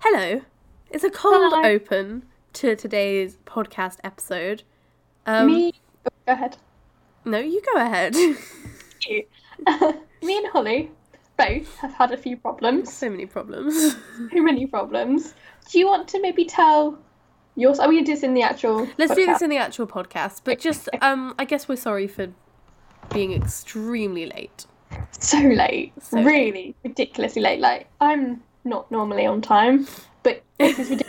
Hello. It's a cold Hi. open to today's podcast episode. Um, me, oh, go ahead. No, you go ahead. You. me and Holly both have had a few problems. so many problems. Too many problems. Do you want to maybe tell yours? Are we doing this in the actual? Let's do this podcast? in the actual podcast, but just um, I guess we're sorry for being extremely late. so late. So late. really ridiculously late. Like I'm not normally on time, but this is ridiculous.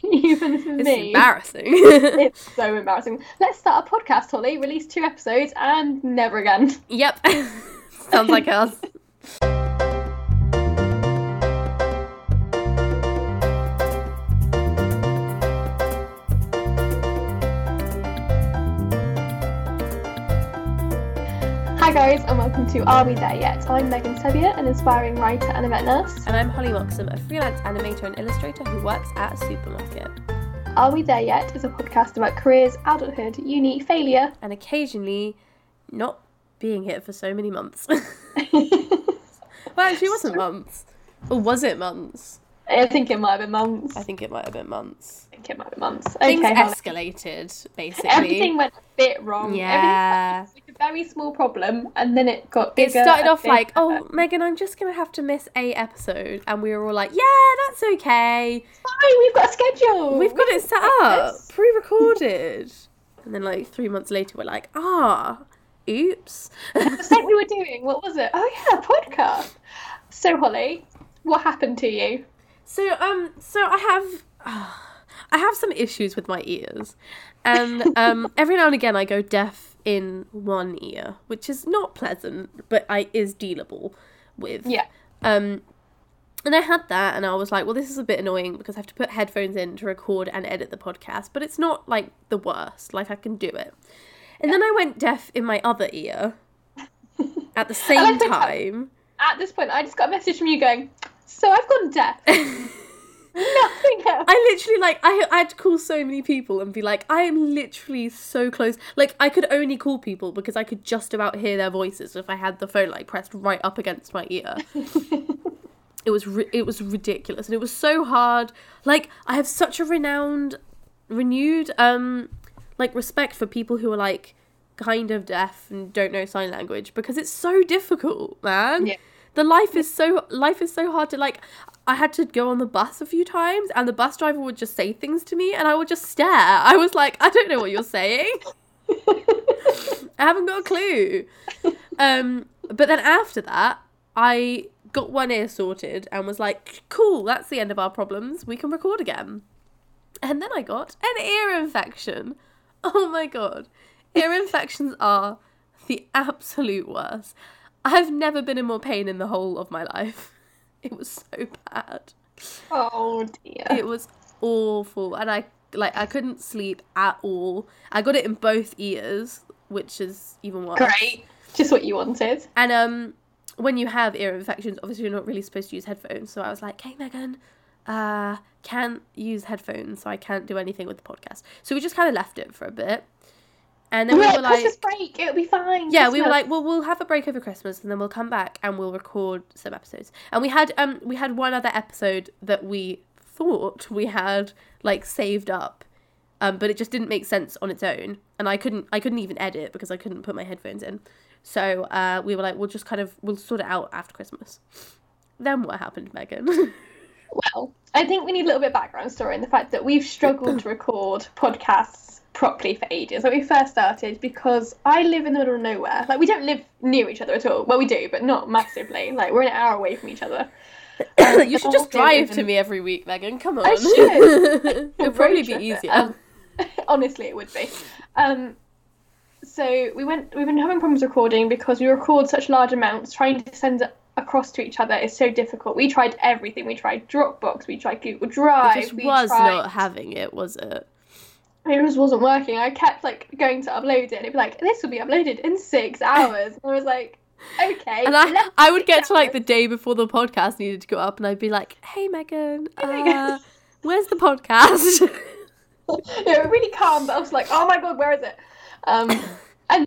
Even for It's me, embarrassing. it's so embarrassing. Let's start a podcast, Holly. Release two episodes and never again. yep. Sounds like us. Hi guys, and welcome to Are We There Yet? I'm Megan Sevier, an inspiring writer and event nurse. And I'm Holly Moxham, a freelance animator and illustrator who works at a supermarket. Are We There Yet is a podcast about careers, adulthood, uni, failure. And occasionally not being here for so many months. Well, actually, it wasn't months. Or was it months? I think it might have been months. I I think it might have been months. think it might have been months. Things Okay, Hannah. escalated, basically. everything went a bit wrong. Yeah. Everything was like a very small problem, and then it got It bigger. started and off bigger. like, oh, Megan, I'm just going to have to miss a episode. And we were all like, yeah, that's okay. Hi, we've got a schedule. We've got it set up, Yes. pre recorded. and then, like, three months later, we're like, ah, oops. the thing we were doing. What was it? Oh yeah, a podcast. So Holly, what happened to you? So um, so I have, I have some issues with my ears, and um, every now and again I go deaf in one ear, which is not pleasant, but I is dealable with. Yeah. Um, and I had that, and I was like, well, this is a bit annoying because I have to put headphones in to record and edit the podcast, but it's not like the worst. Like I can do it. And then I went deaf in my other ear at the same like the- time. At this point, I just got a message from you going, "So I've gone deaf. Nothing else." I literally like I I'd call so many people and be like, I am literally so close. Like I could only call people because I could just about hear their voices if I had the phone like pressed right up against my ear. it was ri- it was ridiculous and it was so hard. Like I have such a renowned, renewed um, like respect for people who are like kind of deaf and don't know sign language because it's so difficult, man Yeah. the life is so life is so hard to like i had to go on the bus a few times and the bus driver would just say things to me and i would just stare i was like i don't know what you're saying i haven't got a clue um but then after that i got one ear sorted and was like cool that's the end of our problems we can record again and then i got an ear infection oh my god ear infections are the absolute worst I've never been in more pain in the whole of my life. It was so bad. oh dear. It was awful, and I like I couldn't sleep at all. I got it in both ears, which is even worse. Great. Just what you wanted. And um, when you have ear infections, obviously you're not really supposed to use headphones. So I was like, "Hey, Megan, uh, can't use headphones, so I can't do anything with the podcast." So we just kind of left it for a bit, and then we Right, were like, Christmas break, it'll be fine. yeah we were Christmas. like well we'll have a break over christmas and then we'll come back and we'll record some episodes and we had um we had one other episode that we thought we had like saved up um but it just didn't make sense on its own and i couldn't i couldn't even edit because i couldn't put my headphones in so uh we were like we'll just kind of we'll sort it out after christmas then what happened megan well, I think we need a little bit of background story in the fact that we've struggled to record podcasts properly for ages. Like we first started because I live in the middle of nowhere. Like we don't live near each other at all. Well, we do, but not massively. Like we're an hour away from each other. you Oh, should just drive to me every week megan come on should. it'll probably be Road trip it. easier Um, Honestly, it would be. Um, so we went. We've been having problems recording because we record such large amounts. Trying to send it across to each other is so difficult. We tried everything. We tried Dropbox. We tried Google Drive. it just we was tried... not having it was it it just wasn't working. I kept like going to upload it, and it'd be like, "This will be uploaded in six hours." And I was like, "Okay." And I, let's I would sit get to down like the day before the podcast needed to go up, and I'd be like, "Hey Megan, Megan." uh, where's the podcast?" with-" they were really calm, but I was like, "Oh my god, where is it?" Um, and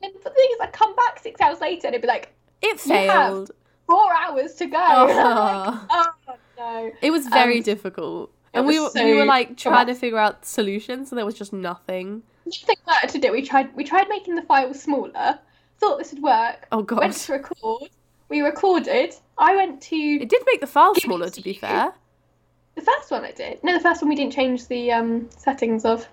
then the thing is, I come back six hours later, and it'd be like it You have. failed. four hours to go. And I'm like, Ah. oh no, it was very Um, difficult. and we, was were- we were so like trying to traumatic. figure out solutions, and there was just nothing. Nothing worked, did it? We tried. We tried making the file smaller. Thought this would work. Oh god, Went to record. We recorded. I went to it did make the file Give it smaller. to To be you. fair, the first one. I did. No, the first one we didn't change the um, settings of.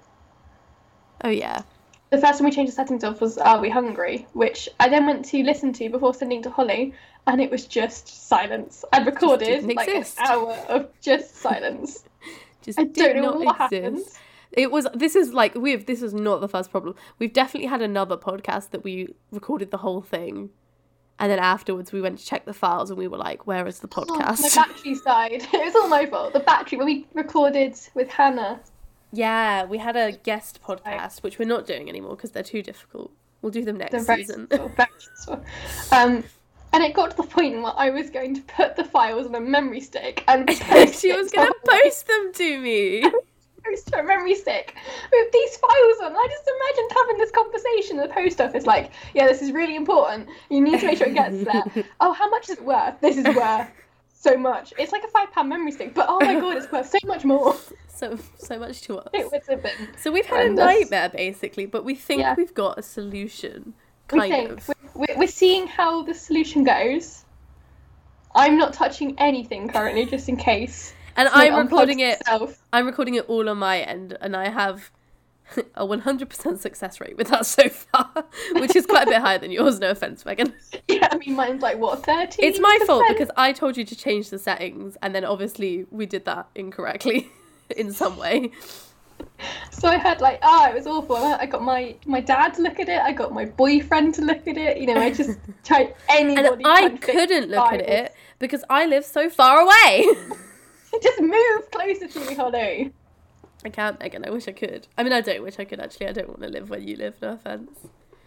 oh yeah, The first one we changed the settings of was "Are We Hungry," which I then went to listen to before sending to Holly, and it was just silence. I'd recorded didn't like an exist. hour of just silence. just I did don't know not what exist. happened. It was. This is like we have. This is not the first problem. We've definitely had another podcast that we recorded the whole thing, and then afterwards we went to check the files and we were like, "Where is the Oh, podcast?" my battery died. It was all my fault. The battery when we recorded with Hannah. yeah, we had a guest podcast, which we're not doing anymore because they're too difficult. We'll do them the next very season. well, very useful. Um, and it got to the point where I was going to put the files on a memory stick and post she it was gonna to Holly. post them to me. post to a memory stick with these files on. I just imagined having this conversation at the post office, like, yeah, this is really important. You need to make sure it gets there. oh, how much is it worth? This is worth so much. It's like a five pound memory stick, but oh my god, it's worth so much more. So so much to us. It was a bit. So we've had a horrendous. nightmare basically, but we think Yeah. we've got a solution. We Kind think of. we're- we're, we're seeing how the solution goes. I'm not touching anything currently, just in case. And So I'm unplugs recording it itself. I'm recording it all on my end, and I have a 100% success rate with that so far, which is quite a bit higher than yours. No offense, Megan. Yeah, I mean, mine's like what thirty. It's my fault because I told you to change the settings, and then obviously we did that incorrectly in some way. So I had like, ah, it was awful. I got my my dad to look at it. I got my boyfriend to look at it. You know, I just tried anybody. And I trying to fix couldn't look at files. it because I live so far away. Just move closer to me, Holly. I can't, Megan. I wish I could. I mean, I don't wish I could actually. I don't want to live where you live. No offense.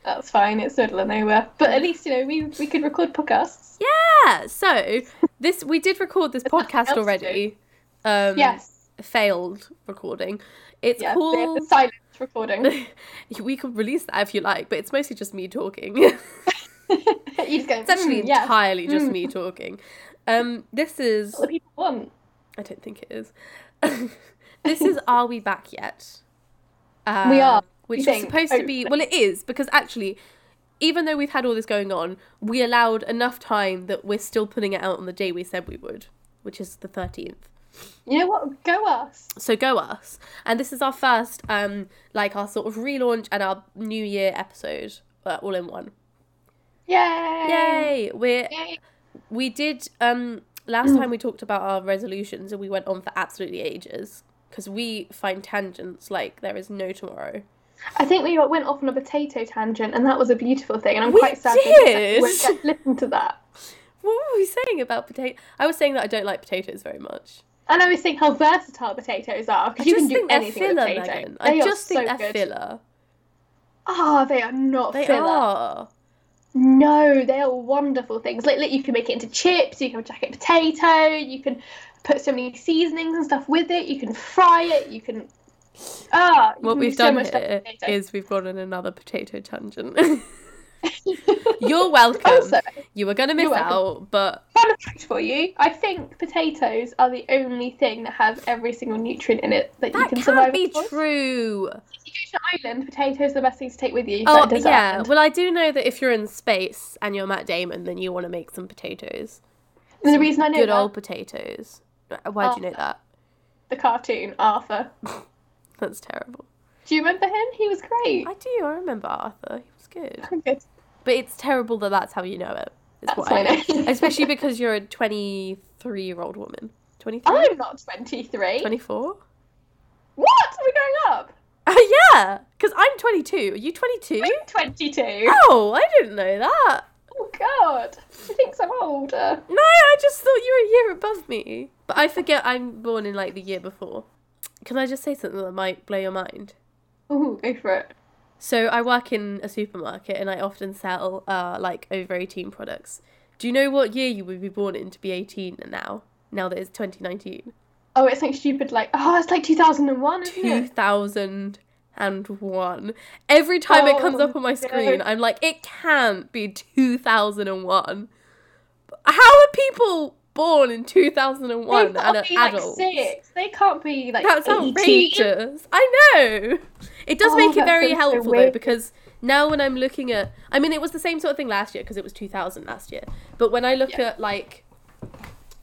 That's fine. It's middle of nowhere. But at least you know we we could record podcasts. Yeah. So this we did record this nothing else podcast to already. Um, Yes. Failed recording. It's Yeah. called. The silence recording. we could release that if you like, but it's mostly just me talking. it's you just go. actually "Mm, yeah. entirely just Mm. me talking. Um, this is. That's what the people want. I don't think it is. this is. Are we back yet? Uh, We are, Which we is think, supposed to be. Well, it is because actually, even though we've had all this going on, we allowed enough time that we're still putting it out on the day we said we would, which is the thirteenth. You know what? Go us. So go us, and this is our first, um, like our sort of relaunch and our New Year episode, uh, all in one. Yay! Yay! We Yay. we did um last time we talked about our resolutions and we went on for absolutely ages because we find tangents like there is no tomorrow. I think we went off on a potato tangent, and that was a beautiful thing. And I'm We quite sad. did. That we listen to that. What were we saying about potato? I was saying that I don't like potatoes very much. And I was thinking how versatile potatoes are I because you just can do think they're anything with filler, a potato. Megan. They I are just so think they're good. filler. Ah, they are not They filler. are. No, they are wonderful things. Like, like you can make it into chips. You can jack it potato. You can put so many seasonings and stuff with it. You can fry it. You can. Ah, you What can we've do so done much stuff here with potato. is we've gone on another potato tangent. You're welcome. also you were going to miss welcome. out, but Fun fact for you, I think potatoes are the only thing that has every single nutrient in it that, you that can can't survive. be on. true. If you go to an island, potatoes are the best thing to take with you. Oh that desert yeah. island. Well, I do know that if you're in space and you're Matt Damon, then you want to make some potatoes. and the reason I know Good that, Oh. old potatoes. Why do you know that? the cartoon, Arthur. That's terrible. Do you remember him? He was great. I do. I remember Arthur. He was good. I'm good. But it's terrible that that's how you know it. Is That's what why I I know. know. Oh, Especially because you're a 23 year old woman. 23? I'm not 23. 24? What? Are we going up? Uh, yeah. Because I'm 22. Are you 22? I'm 22. Oh, I didn't know that. Oh, God. He thinks I'm older. No, I just thought you were a year above me. But I forget I'm born in like the year before. Can I just say something that might blow your mind? Ooh, go for it. So I work in a supermarket and I often sell uh, like over 18 products. Do you know what year you would be born in to be 18 now? Now that it's 2019? Oh, it's like stupid, like, oh, it's like 2001, isn't it? 2001. Every time it comes Oh, up on my no. screen, I'm like, it can't be 2001. How are people born in 2001 They've got and to are be adults. like six. They can't be like That's 18. outrageous. I know. It does E Oh, make it that very sounds so helpful though weird. because now when I'm looking at, I mean, it was the same sort of thing last year because it was 2000 last year. But when I look Yeah. at like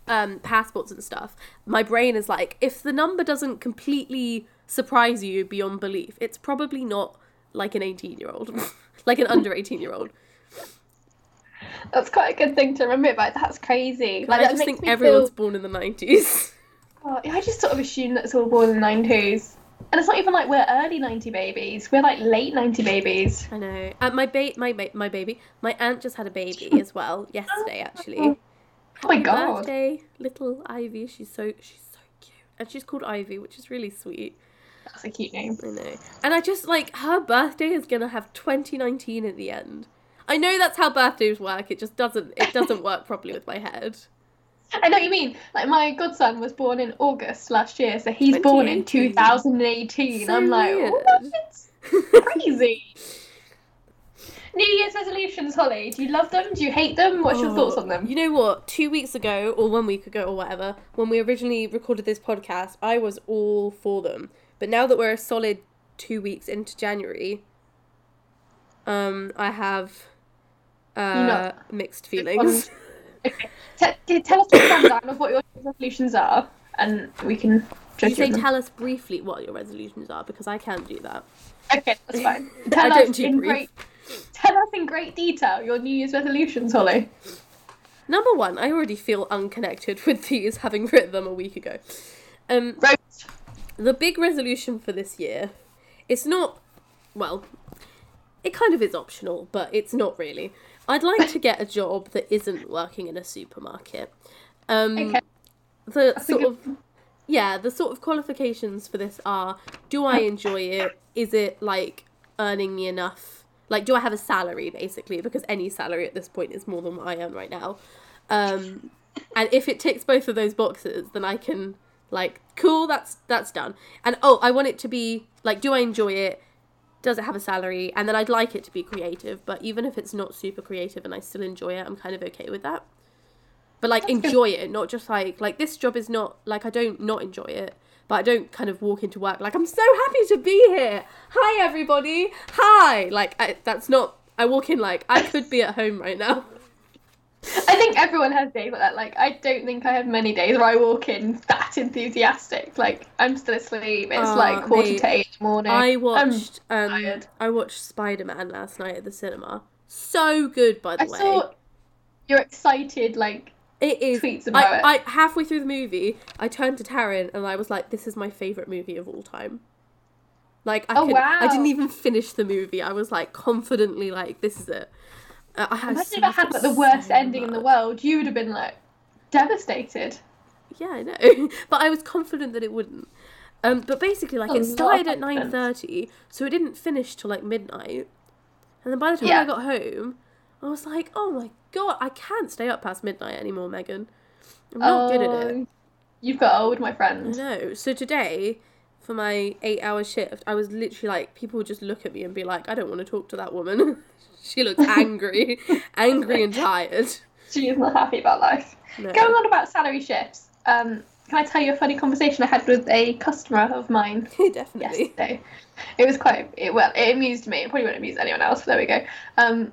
um, passports and stuff, my brain is like, if the number doesn't completely surprise you beyond belief, it's probably not like an 18 year old, like an under 18 year old. That's quite a good thing to remember. But that's crazy. Like I that just makes think me everyone's Feel, born in the 90s. oh, yeah, I just sort of assume that's all born in the nineties, and it's not even like we're early ninety babies. We're like late ninety babies. I know. Uh, my ba- my ba- my baby, my aunt just had a baby as well yesterday. Actually, Oh my Happy god. birthday, little Ivy. She's so she's so cute, and she's called Ivy, which is really sweet. That's a cute name. I know. And I just like her birthday is gonna have 2019 at the end. I know that's how birthdays work. It just doesn't it doesn't work properly with my head. I know what you mean. Like my godson was born in August last year, so he's born in 2018. 2018. So I'm like, weird. what? Crazy. New Year's resolutions, Holly. Do you love them? Do you hate them? What's your Oh, thoughts on them? You know what? Two weeks ago, or one week ago, or whatever, when we originally recorded this podcast, I was all for them. But now that we're a solid two weeks into January, um, I have uh, not- mixed feelings. Okay. Te- te- tell us the rundown of what your resolutions are, and we Did can you judge say on them. tell us briefly what your resolutions are? Because I can do that. Okay, that's fine. Tell I us don't do in brief. great. Tell us in great detail your New Year's resolutions, Holly. Number one, I already feel unconnected with these, having written them a week ago. Um, Right. the big resolution for this year it's not well it kind of is optional but it's not really i'd like to get a job that isn't working in a supermarket um Okay. the a sort of yeah the sort of qualifications for this are do i enjoy it is it like earning me enough like do i have a salary basically because any salary at this point is more than what i earn right now um and if it ticks both of those boxes then i can like cool that's that's done and oh i want it to be like do i enjoy it does it have a salary and then i'd like it to be creative but even if it's not super creative and i still enjoy it i'm kind of okay with that but like That's good. enjoy it not just like like this job is not like i don't not enjoy it but i don't kind of walk into work like i'm so happy to be here hi everybody hi like I, that's not i walk in like i could be at home right now I think everyone has days like that. Like, I don't think I have many days where I walk in that enthusiastic. Like, I'm still asleep. It's Ah, like quarter mate. to eight in the morning. I I'm watched um, tired. I watched Spider Man last night at the cinema. So good, by the I way. saw your excited like it is. tweets about it. I, I halfway through the movie, I turned to Taryn and I was like, "This is my favorite movie of all time." Like I, Oh, could- I didn't wow. even finish the movie. I was like confidently like, "This is it." Uh, I had Imagine so- if it had like the worst so ending in the much- world. You would have been like devastated. Yeah, I know, but I was confident that it wouldn't. Um, but basically, like A lot it of started at nine confidence. thirty, so it didn't finish till like midnight. And then by the time I Yeah. got home, I was like, "Oh my god, I can't stay up past midnight anymore, Megan. I'm not good at it." Um, You've got old, my I friend. know. So today, for my eight-hour shift, I was literally like, people would just look at me and be like, "I don't want to talk to that woman. she looks angry, angry and tired." She is not happy about life. No. Going on about salary shifts. Um, can I tell you a funny conversation I had with a customer of mine Definitely. yesterday. It was quite it, well. It amused me. It probably wouldn't amuse anyone else. But there we go. Um,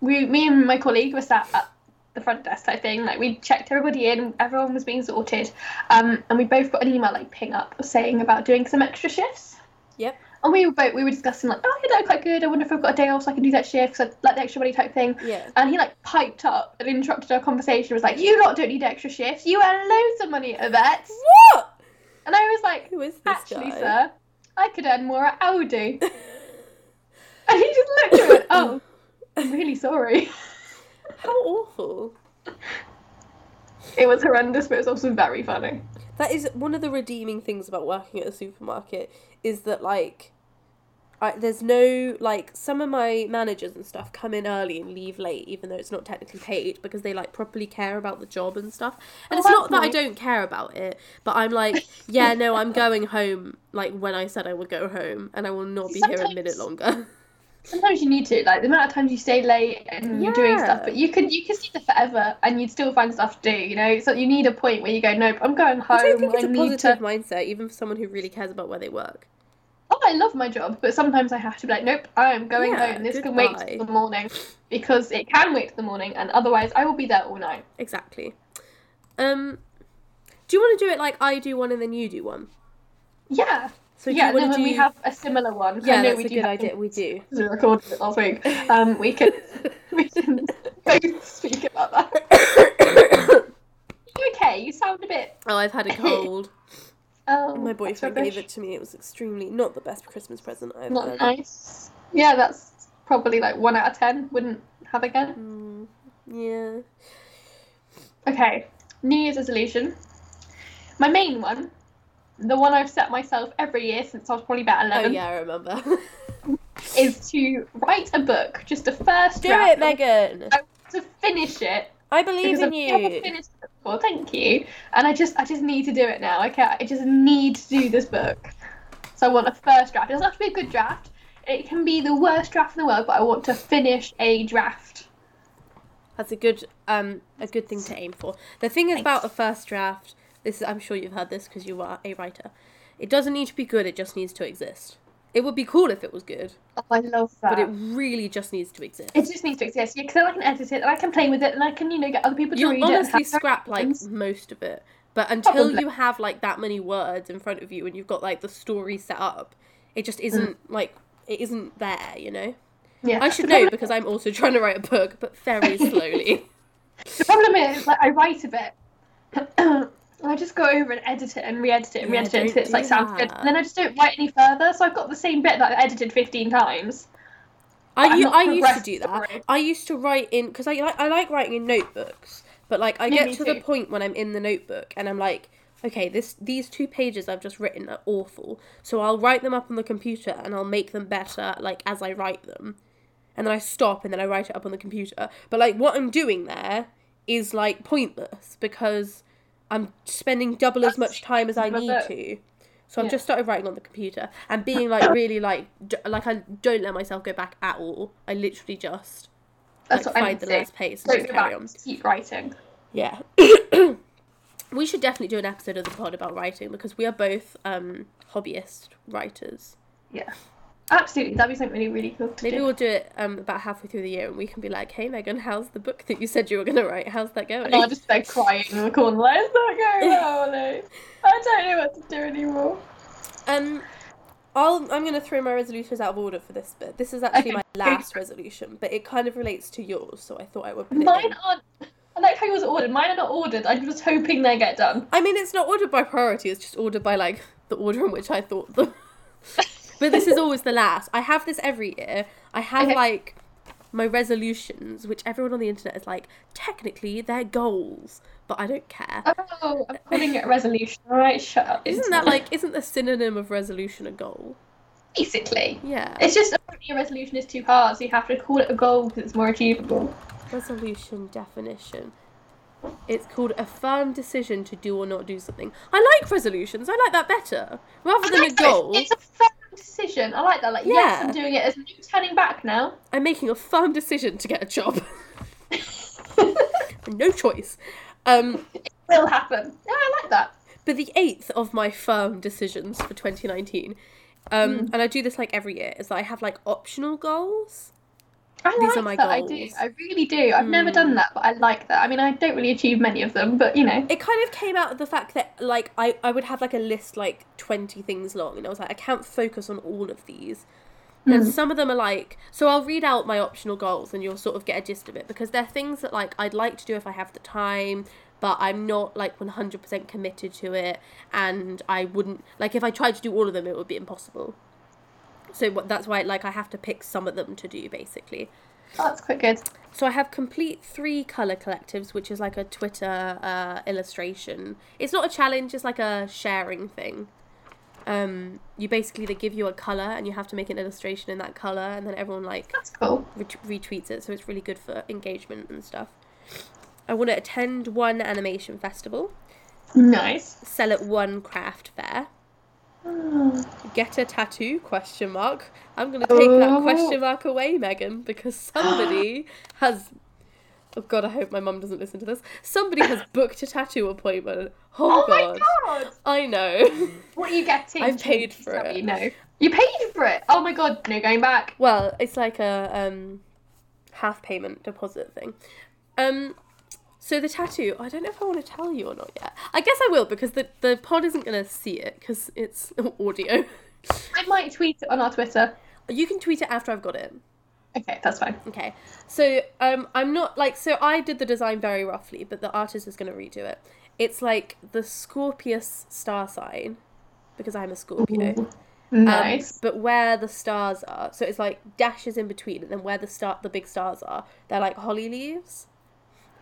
we, me and my colleague were sat at the front desk type thing. Like we checked everybody in. Everyone was being sorted. Um, and we both got an email like ping up saying about doing some extra shifts. Yep. And we were both we were discussing like, oh, yeah, that'd be quite good. I wonder if I've got a day off so I can do that shift. Cause I like the extra money type thing. Yeah. And he like piped up and interrupted our conversation. Was like, you lot don't need extra shifts. You earn loads of money at vets. What? And I was like, Who is this Actually, guy? sir, I could earn more at Aldi. and he just looked at me and went, Oh, I'm really sorry. um, How awful. It was horrendous, but it was also very funny. That is one of the redeeming things about working at a supermarket is that like I, there's no like some of my managers and stuff come in early and leave late even though it's not technically paid because they like properly care about the job and stuff. And Oh, it's not that's that I nice. don't care about it, but I'm like, yeah, no, I'm going home like when I said I would go home and I will not be here a minute Sometimes- longer. Sometimes you need to, like the amount of times you stay late and you're doing stuff, Yeah. but you could you could sit there forever and you'd still find stuff to do, you know. So you need a point where you go, nope, I'm going home. I don't think it's a need positive to. mindset, even for someone who really cares about where they work. Oh, I love my job, but sometimes I have to be like, nope, I am going Yeah, home. This can wait goodbye. till the morning because it can wait till the morning, and otherwise I will be there all night. Exactly. Um, do you want to do it like I do one and then you do one? Yeah, So do yeah. you And then want to when do? we have a similar one, I yeah, know that's we a do good have idea. one We do. because We recorded it last week. Um, we can we can both speak about that. You okay? You sound a bit. oh, I've had a cold. Oh, My that's boyfriend rubbish. gave it to me. It was extremely not the best Christmas present I've Not had. nice. Yeah, that's probably like one out of ten. Wouldn't have again. Mm, yeah. Okay, New Year's resolution. My main one, the one I've set myself every year since I was probably about Oh eleven, yeah, I remember. is to write a book, just a first do draft. it, Megan. To finish it I believe because in I've never you. finished it before. Thank you. And I just, I just need to do it now. I can't. I just need to do this book. So I want a first draft. It doesn't have to be a good draft. It can be the worst draft in the world, but I want to finish a draft. That's a good um a good thing to aim for. The thing is about a first draft. This is I'm sure you've heard this because you are a writer. It doesn't need to be good. It just needs to exist. It would be cool if it was good, Oh, I love that. but it really just needs to exist. It just needs to exist, yeah, because then I can edit it and I can play with it and I can, you know, get other people to read You'll it. and honestly have their scrap like opinions. most of it, but until Probably. you have like that many words in front of you and you've got like the story set up, it just isn't like it isn't there. You know. Mm. yeah. I should The know problem- because I'm also trying to write a book, but very slowly. The problem is, like, I write a bit and I just go over and edit it and re edit it and Yeah, re edit it don't until it's like do sounds good. that. And then I just don't write any further, so I've got the same bit that I edited 15 times. I, I'm u- not I used to progressed do that. through. I used to write in because I like I like writing in notebooks, but like I Yeah, get me to the too. point when I'm in the notebook and I'm like, okay, this these two pages I've just written are awful, so I'll write them up on the computer and I'll make them better like as I write them, and then I stop and then I write it up on the computer. But like what I'm doing there is like pointless because I'm spending double as That's- much time as I but need that- to. So I've Yeah. just started writing on the computer and being like really like d- like I don't let myself go back at all. I literally just That's like what find I'm the saying. last pace and Don't just go carry back, on. just keep writing. Yeah. we should definitely do an episode of the pod about writing because we are both um hobbyist writers. Yeah. Absolutely, that'd be something really, really cool to Maybe do. we'll do it um about halfway through the year and we can be like, "Hey Megan, how's the book that you said you were going to write? How's that going?" And I'll just be crying in the corner, like, it's not going well, Ollie. I don't know what to do anymore. Um, I'll, I'm going to throw my resolutions out of order for this bit. This is actually Okay, my go for last resolution, but it kind of relates to yours, so I thought I would put it Mine in. aren't. I like how yours are ordered. Mine are not ordered. I'm just hoping they get done. I mean, it's not ordered by priority, it's just ordered by, like, the order in which I thought them. but this is always the last. I have this every year. I have, Okay. like, my resolutions, which everyone on the internet is like, technically, they're goals, but I don't care. Oh, I'm calling it a resolution. All right, shut up. Isn't that, like, isn't the synonym of resolution a goal? basically? Yeah. It's just apparently a resolution is too hard, so you have to call it a goal because it's more achievable. resolution definition. It's called a firm decision to do or not do something. I like resolutions. I like that better rather than a goal. It's a firm decision. I like that. Like, yes, Yeah. I'm doing it. There's no turning back now. I'm making a firm decision to get a job. no choice. Um, Will happen. Yeah, I like that. but the eighth of my firm decisions for 2019, um, and I do this like every year, is that I have like optional goals. I These like are my that. goals. Hmm. I do. I really do. I've never done that, but I like that. I mean, I don't really achieve many of them, but you know. it kind of came out of the fact that like I, I would have like a list like 20 things long and i was like i can't focus on all of these and some of them are like so i'll read out my optional goals and you'll sort of get a gist of it because they're things that like i'd like to do if i have the time but i'm not like 100% committed to it and i wouldn't like if i tried to do all of them it would be impossible so what- that's why like i have to pick some of them to do basically That's quite good. so I have complete three color collectives, which is like a Twitter uh, illustration. It's not a challenge; it's like a sharing thing. Um, you basically they give you a color, and you have to make an illustration in that color, and then everyone like That's cool. ret- retweets it. So it's really good for engagement and stuff. I want to attend one animation festival, Nice. sell at one craft fair, Oh, get a tattoo question mark i'm going to take that Oh. question mark away megan because somebody has oh god i hope my mum doesn't listen to this somebody has booked a tattoo appointment oh, Oh god. my god! i know What are you getting? I've paid Please for tell it. me No, you paid for it. Oh my god! No going back. well it's like a um half payment deposit thing um so the tattoo i don't know if i want to tell you or not yet i guess i will because the, the pod isn't going to see it because it's audio I might tweet it on our Twitter. you can tweet it after i've got it Okay, that's fine. Okay. So um, I'm not like so I did the design very roughly, but the artist is going to redo it. It's like the Scorpius star sign because I'm a Scorpio. Um, Nice. but where the stars are, so it's like dashes in between, and then where the star, the big stars are, they're like holly leaves,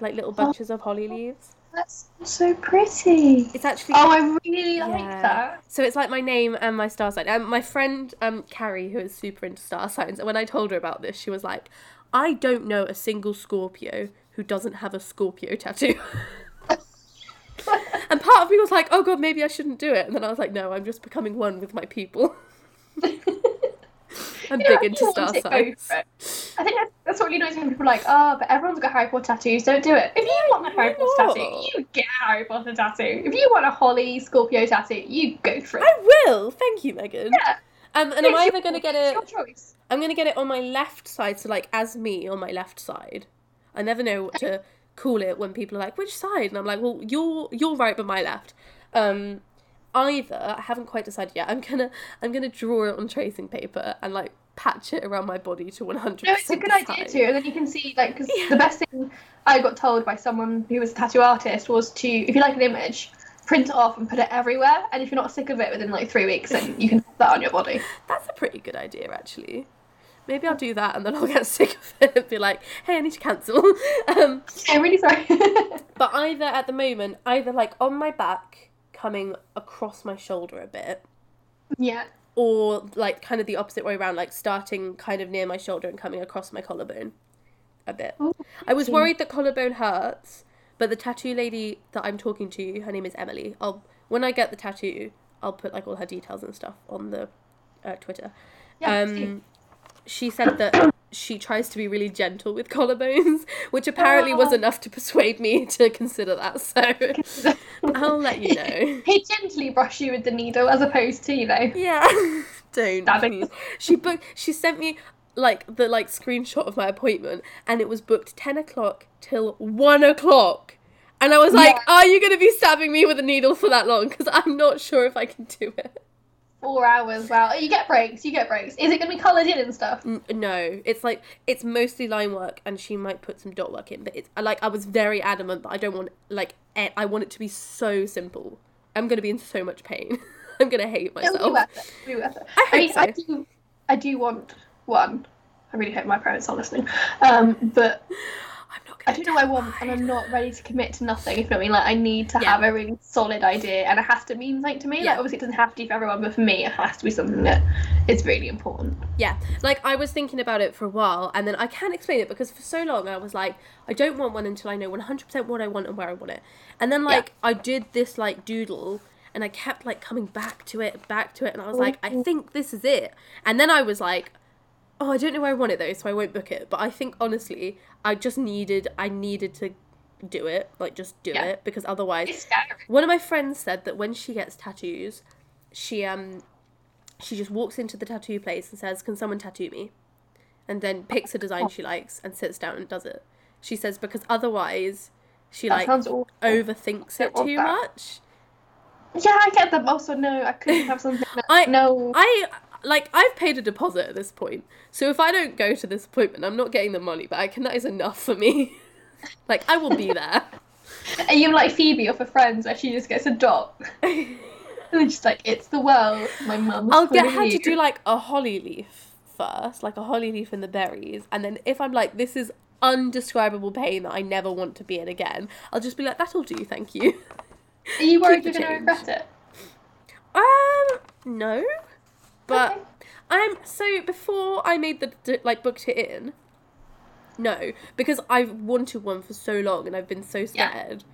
like Oh. little bunches of holly leaves. that's so pretty. It's actually Oh, I really like Yeah. that. So it's like my name and my star sign. And my friend um, Carrie, who is super into star signs, and when I told her about this, she was like, I don't know a single Scorpio who doesn't have a Scorpio tattoo. and part of me was like, oh god, maybe I shouldn't do it. And then I was like, no, I'm just becoming one with my people. I'm You know, big if into you star want it, go for signs. it. I think that's, that's what really annoys me when people are like, oh, but everyone's got Harry Potter tattoos, don't do it. If you want a Harry Potter not? tattoo, you get a Harry Potter tattoo. If you want a Holly Scorpio tattoo, you go for it. I will. Thank you, Megan. Yeah. Um, and I'm It's either your- going to get it's it. your choice. I'm gonna get it on my left side, so like as me on my left side. I never know what to call it when people are like, which side? And I'm like, well, you're you're right, but my left. Um, either I haven't quite decided yet. I'm gonna I'm gonna draw it on tracing paper and like patch it around my body to 100. No, it's a good idea too, and then you can see like 'cause the best thing I got told by someone who was a tattoo artist was to, if you like an image, print it off and put it everywhere. And if you're not sick of it within like three weeks, then you can have that on your body. That's a pretty good idea actually. Maybe I'll do that and then I'll get sick of it and be like, hey, I need to cancel. um, I'm really sorry. but either at the moment, either like on my back, coming across my shoulder a bit, yeah. or like kind of the opposite way around, like starting kind of near my shoulder and coming across my collarbone a bit. Ooh, I was interesting. worried that collarbone hurts, but the tattoo lady that I'm talking to, her name is Emily. I'll when I get the tattoo, I'll put like all her details and stuff on the uh, Twitter. Yeah, see. um, she said that she tries to be really gentle with collarbones, which apparently was Oh. enough to persuade me to consider that. So I'll let you know. He gently brush you with the needle as opposed to, you know. Yeah. Don't. Stabbing. please. She booked. She sent me like the like screenshot of my appointment, and it was booked ten o'clock till one o'clock. And I was like, Yeah. "Are you going to be stabbing me with a needle for that long? Because I'm not sure if I can do it." Four hours, wow. You get breaks, you get breaks. Is it going to be coloured in and stuff? N- Mm, no, it's like it's mostly line work, and she might put some dot work in. But it's I- like I was very adamant that I don't want like e- I want it to be so simple. I'm going to be in so much pain. I'm going to hate It'll myself. be worth it. It'll be worth it. oh. I I, mean, hope I, so. do, I do want one. I really hope my parents aren't listening. Um, but I'm not I going don't to. know what I want, and I'm not ready to commit to nothing, if you know what I mean. Like, I need to Yeah. have a really solid idea, and it has to mean something to me. Yeah. Like, obviously, it doesn't have to be for everyone, but for me, it has to be something that is really important. Yeah, like I was thinking about it for a while, and then I can't explain it because for so long I was like, I don't want one until I know 100% what I want and where I want it. And then, like, I did this, like, doodle, and I kept, like, coming back to it, back to it, and I was like, I think this is it. And then I was like, oh, I don't know where I want it though, so I won't book it. But I think, honestly, I just needed, I needed to do it, like, just do Yeah. it, because otherwise, It's scary. one of my friends said that when she gets tattoos, she um she just walks into the tattoo place and says, "Can someone tattoo me?" And then picks a design she likes and sits down and does it. She says because otherwise she That like sounds awful. overthinks I it want too that. much. Yeah, I get them. Also, no, I couldn't have something that. I- no. I like I've paid a deposit at this point. So if I don't go to this appointment, I'm not getting the money back and that is enough for me. like I will be there. Are you like Phoebe off of Friends, where she just gets a dot? And then she's like, it's the world, my mum's I'll get calling her to you." do like a holly leaf first, like a holly leaf and the berries, and then if I'm like, this is undescribable pain that I never want to be in again, I'll just be like, that'll do, thank you. Are you worried keep you're the going to change. regret it? Um, no, but Okay. I'm so before I made the d- like booked it in. No, because I've wanted one for so long and I've been so Yeah. scared.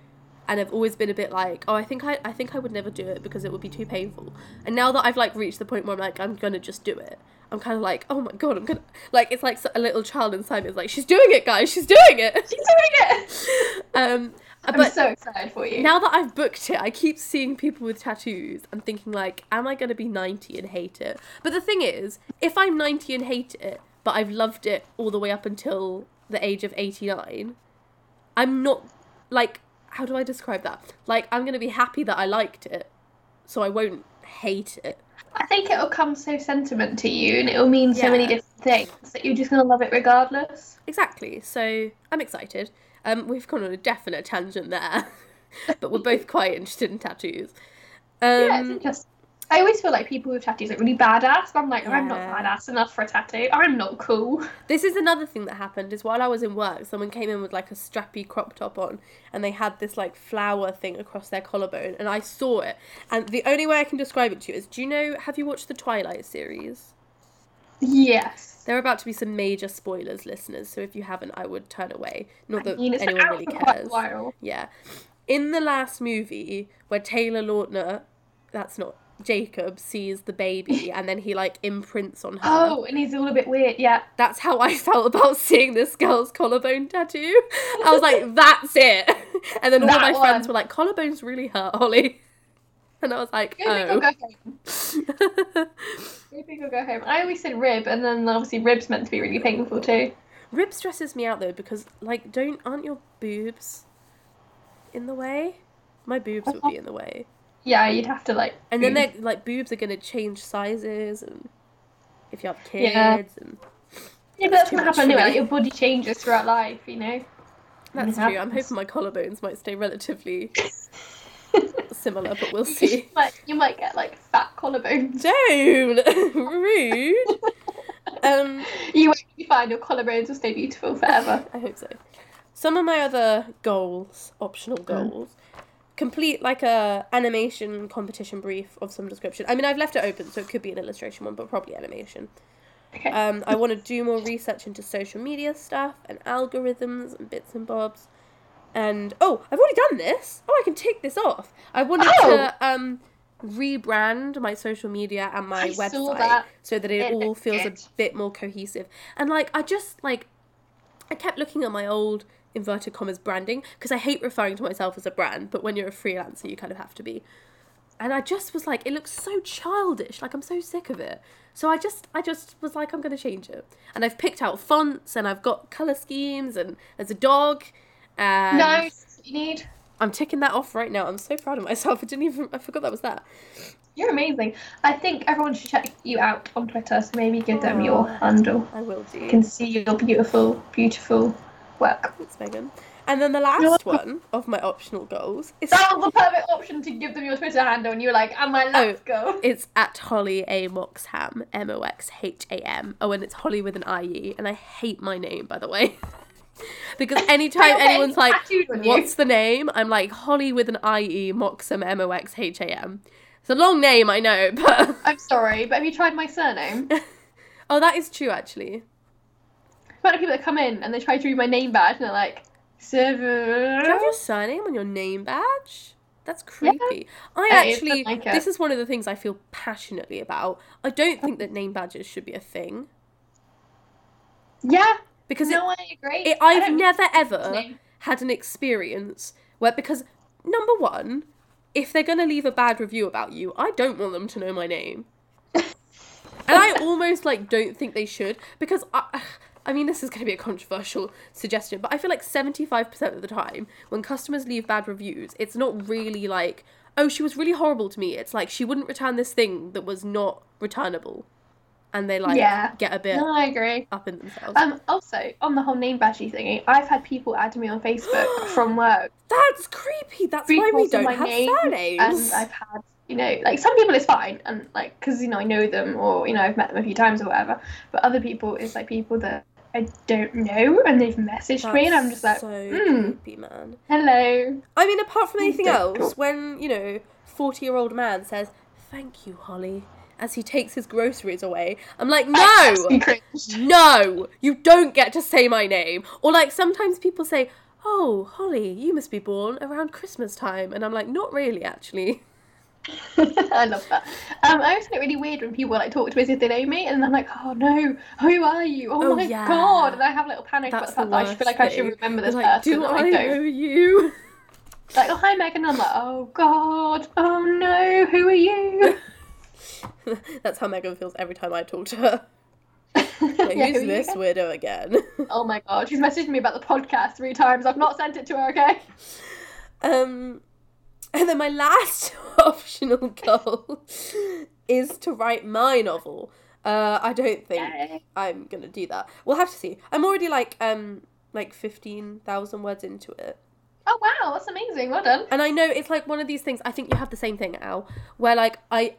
and I've always been a bit like, oh, I think I, I think I would never do it because it would be too painful. And now that I've like reached the point where I'm like, I'm gonna just do it. I'm kind of like, oh my god, I'm gonna like it's like a little child inside me is like, she's doing it, guys, she's doing it. She's doing it. Um, I'm but so excited for you. now that I've booked it, I keep seeing people with tattoos and thinking like, am I gonna be 90 and hate it? But the thing is, if I'm 90 and hate it, but I've loved it all the way up until the age of 89, I'm not like how do I describe that? Like I'm gonna be happy that I liked it, so I won't hate it. I think it'll come so sentiment to you, and it'll mean so many Yeah. different things that you're just gonna love it regardless. Exactly. So I'm excited. Um, we've gone on a definite tangent there, but we're both quite interested in tattoos. Um, yeah, it's interesting. I always feel like people with tattoos are really badass. and I'm like, I'm not Yeah. badass enough for a tattoo. I'm not cool. This is another thing that happened is while I was in work, someone came in with like a strappy crop top on and they had this like flower thing across their collarbone and I saw it. And the only way I can describe it to you is do you know have you watched the Twilight series? Yes. There are about to be some major spoilers, listeners, so if you haven't I would turn away. Not I that mean, it's been anyone out really for quite a cares. while. Yeah. In the last movie where Taylor Lautner that's not Jacob sees the baby and then he like imprints on her. Oh, and he's all a bit weird. Yeah. that's how I felt about seeing this girl's collarbone tattoo. I was like, that's it. And then all That of my one. friends were like, collarbones really hurt, Holly. And I was like, Go big or oh. go home. Go big or go home. I always said rib, and then obviously rib's meant to be really painful too. Rib stresses me out though because like, don't aren't your boobs in the way? My boobs would be in the way. Yeah, you'd have to like. And then move. they're like boobs are gonna change sizes and if you have kids Yeah. and Yeah, but that's too gonna much for happen anyway. me. Like, your body changes throughout life, you know. that's Yeah. true. I'm hoping my collarbones might stay relatively similar, but we'll see. you might, you might get like fat collarbones. Don't rude. Um, You won't be fine. Your collarbones will stay beautiful forever. I hope so. Some of my other goals, optional goals, complete like a animation competition brief of some description. I mean, I've left it open, so it could be an illustration one, but probably animation. Okay. Um, I want to do more research into social media stuff and algorithms and bits and bobs. And oh, I've already done this. Oh, I can take this off. I wanted Oh! to um rebrand my social media and my I saw website that. so that it, It all looked feels good. a bit more cohesive. And like I just like I kept looking at my old inverted commas branding because I hate referring to myself as a brand, but when you're a freelancer, you kind of have to be. And I just was like, it looks so childish. Like I'm so sick of it. So I just, I just was like, I'm gonna change it. And I've picked out fonts, and I've got color schemes, and there's a dog. And no, it's what you need. I'm ticking that off right now. I'm so proud of myself. I didn't even, I forgot that was that. You're amazing. I think everyone should check you out on Twitter. So maybe give them your Aw. handle. I will You do. can see your beautiful, beautiful work. Thanks, Megan. And then the You're last welcome. one of my optional goals is That was the perfect option to give them your Twitter handle, and you were like, "Am Oh. I let's go?" It's at Holly A Moxham, M O X H A M. Oh, and it's Holly with an I E, and I hate my name, by the way. because anytime Okay, anyone's like, tattooed on you. "What's the name?" I'm like Holly with an I E, Moxham, M O X H A M. It's a long name, I know, but I'm sorry, but have you tried my surname? The oh, that is true actually. amount of people that come in and they try to read my name badge and they're like, "Sever." Do you have your surname on your name badge? That's creepy. I Hey, it's actually, like it. this is one of the things I feel passionately about. I don't think that name badges should be a thing Yeah, because it no, I agree. It, I I've don't never know ever his name. had an experience where because number one, if they're gonna leave a bad review about you, I don't want them to know my name, and I almost like don't think they should because I. I mean, this is going to be a controversial suggestion, but I feel like 75% of the time when customers leave bad reviews, it's not really like, oh, she was really horrible to me. It's like she wouldn't return this thing that was not returnable. And they like Yeah. get a bit No, I agree. up in themselves. Um, also, on the whole name badgy thingy, I've had people add me on Facebook from work. That's creepy. That's Three why we calls on don't my have name um, surnames. And I've had, you know, like some people it's fine, and like, because, you know, I know them or, you know, I've met them a few times or whatever. But other people, it's like people that I don't know and they've messaged me, and I'm just That's like, so hmm, creepy, man. hello. I mean, apart from anything Difficult. else, when you know, forty-year-old man says, "Thank you, Holly," as he takes his groceries away, I'm like, no. You cringed. No, you don't get to say my name. Or like sometimes people say, oh, Holly, you must be born around Christmas time. And I'm like, not really, actually. I love that. Um, I always find it really weird when people like talk to me as if they know me, and I'm like, oh no, who are you? Oh, Oh, my yeah. god! And I have a little panic That's about the the fact worst. that I should feel like I thing. should remember this It's like, person. Do and I, I don't. know you? Like, oh hi Megan. I'm like, oh god, oh no, who are you? That's how Megan feels every time I talk to her. Like, Yeah, who who's are you this again? weirdo again? Oh my god, she's messaged me about the podcast three times. I've not sent it to her. Okay. Um, and then my last optional goal is to write my novel. Uh, I don't think Yay. I'm gonna do that. We'll have to see. I'm already like um like fifteen thousand words into it, Oh wow, that's amazing. Well done. and I know it's like one of these things. I think you have the same thing, Al, where like I,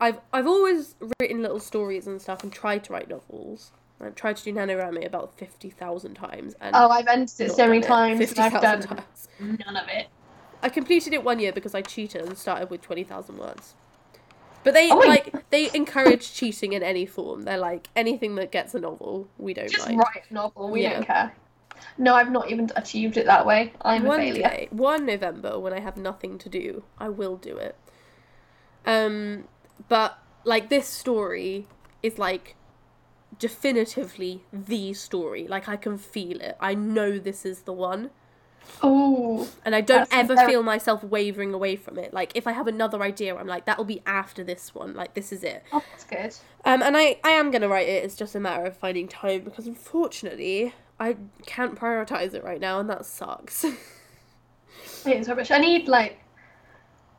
I've I've always written little stories and stuff and tried to write novels. I've tried to do NaNoWriMo about fifty thousand times, and Oh, I've entered it not so done many it. times. and I've 50,000 done times. none of it. I completed it one year because I cheated and started with twenty thousand words. But they Oh, wait. like they encourage cheating in any form. They're like anything that gets a novel, we don't Just mind. write a novel. We Yeah. don't care. No, I've not even achieved it that way. I'm one a failure. day, one November when I have nothing to do, I will do it. Um, but like this story is like definitively the story. Like I can feel it. I know this is the one. Oh, and I don't That's ever very- feel myself wavering away from it. Like if I have another idea, I'm like, that'll be after this one. Like this is it. oh, that's good. Um, and I I am gonna write it. It's just a matter of finding time because unfortunately I can't prioritize it right now, and that sucks. It is rubbish. I need like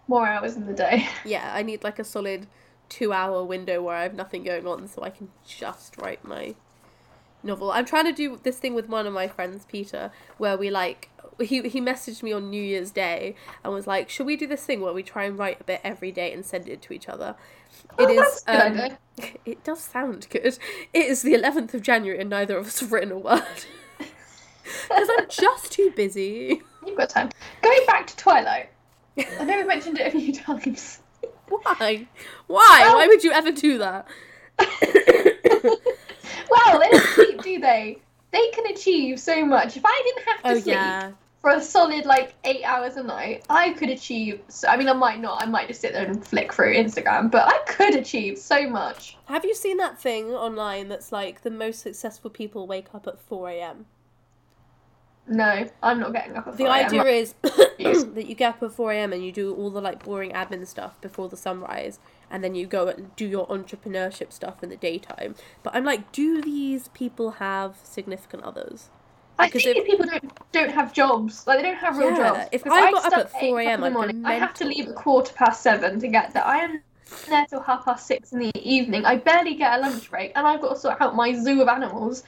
more hours in the day. yeah, I need like a solid two hour window where I have nothing going on, so I can just write my novel. I'm trying to do this thing with one of my friends, Peter, where we like. He, he messaged me on New Year's Day and was like, "Should we do this thing where we try and write a bit every day and send it to each other?" Oh, It is. um, that's a good idea. It does sound good. It is the eleventh of January, and neither of us have written a word because I'm just too busy. You've got time. Going back to Twilight. I know we've mentioned it a few times. Why? Oh. Why? Why would you ever do that? Well, they don't sleep, do they? They can achieve so much. If I didn't have to Oh sleep yeah. for a solid like eight hours a night, I could achieve. So I mean, I might not. I might just sit there and flick through Instagram, but I could achieve so much. Have you seen that thing online that's like the most successful people wake up at 4 a.m.? No, I'm not getting up at The 4 a.m. idea is confused. that you get up at 4 a.m. and you do all the like boring admin stuff before the sunrise, and then you go and do your entrepreneurship stuff in the daytime. But I'm like, do these people have significant others? I because think if- these people don't don't have jobs. Like they don't have real Yeah, jobs. if Because I got up start at 4 eight o'clock in a.m., the I'd be morning, I have to mental. leave at quarter past seven to get there. I am there till half past six in the evening. I barely get a lunch break, and I've got to sort out my zoo of animals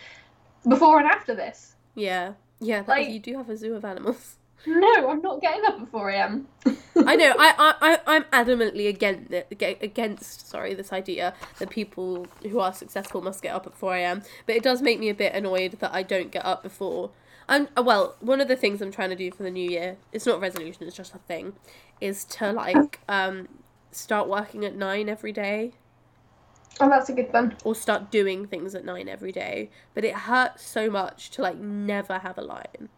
before and after this. Yeah, yeah, that, Like- you do have a zoo of animals. No, I'm not getting up at four a.m. I know. I, I, I, I'm adamantly against against sorry this idea that people who are successful must get up at four a.m. But it does make me a bit annoyed that I don't get up before. I'm well. One of the things I'm trying to do for the new year, it's not a resolution, it's just a thing, is to like um start working at nine every day Oh, that's a good one. or start doing things at nine every day. But it hurts so much to like never have a line.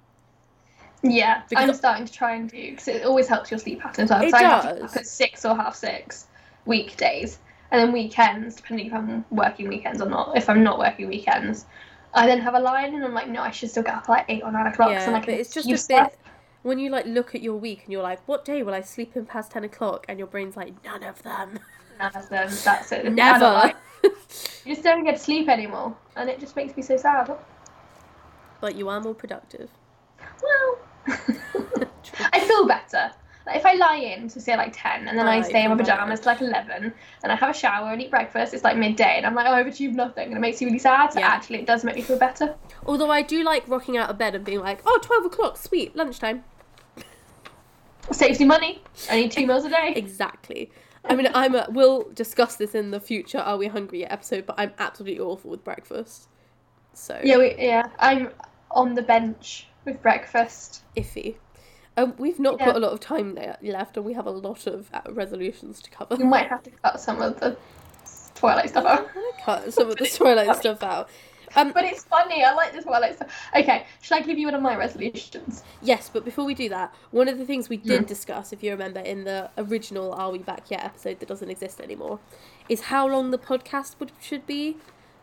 Yeah, Because- I'm starting to try and do because it always helps your sleep patterns. out. It So I have to get does. up at six or half six weekdays, and then weekends, depending if I'm working weekends or not. If I'm not working weekends, I then have a line, and I'm like, no, I should still get up at like eight or nine o'clock. so Yeah, I can but it's just a achieve bit stuff. when you like look at your week and you're like, what day will I sleep in past ten o'clock? And your brain's like, none of them, None of them. That's it. It's never. adult. You just don't get sleep anymore, and it just makes me so sad. but you are more productive. Well, True. I feel better. Like if I lie in to say like ten, and then I Oh, stay in my you feel better. pajamas till like eleven, and I have a shower and eat breakfast, it's like midday, and I'm like, oh, I've achieved nothing, and it makes you really sad. So Yeah. actually, it does make me feel better. Although I do like rocking out of bed and being like, oh, 12 o'clock, sweet, lunchtime. saves you money. Only two meals a day. Exactly. I mean, I'm a, we'll discuss this in the future. Are we hungry yet episode? But I'm absolutely awful with breakfast, so Yeah, we, yeah. I'm on the bench with breakfast. iffy. Um, we've not Yeah. got a lot of time there left, and we have a lot of uh, resolutions to cover. You might have to cut some of the Twilight stuff out. cut some of the Twilight stuff out. Um, but it's funny. I like this one. It's okay. Shall I give you one of my resolutions? Yes, but before we do that, one of the things we did discuss, if you remember, in the original "Are We Back Yet" episode that doesn't exist anymore, is how long the podcast would should be,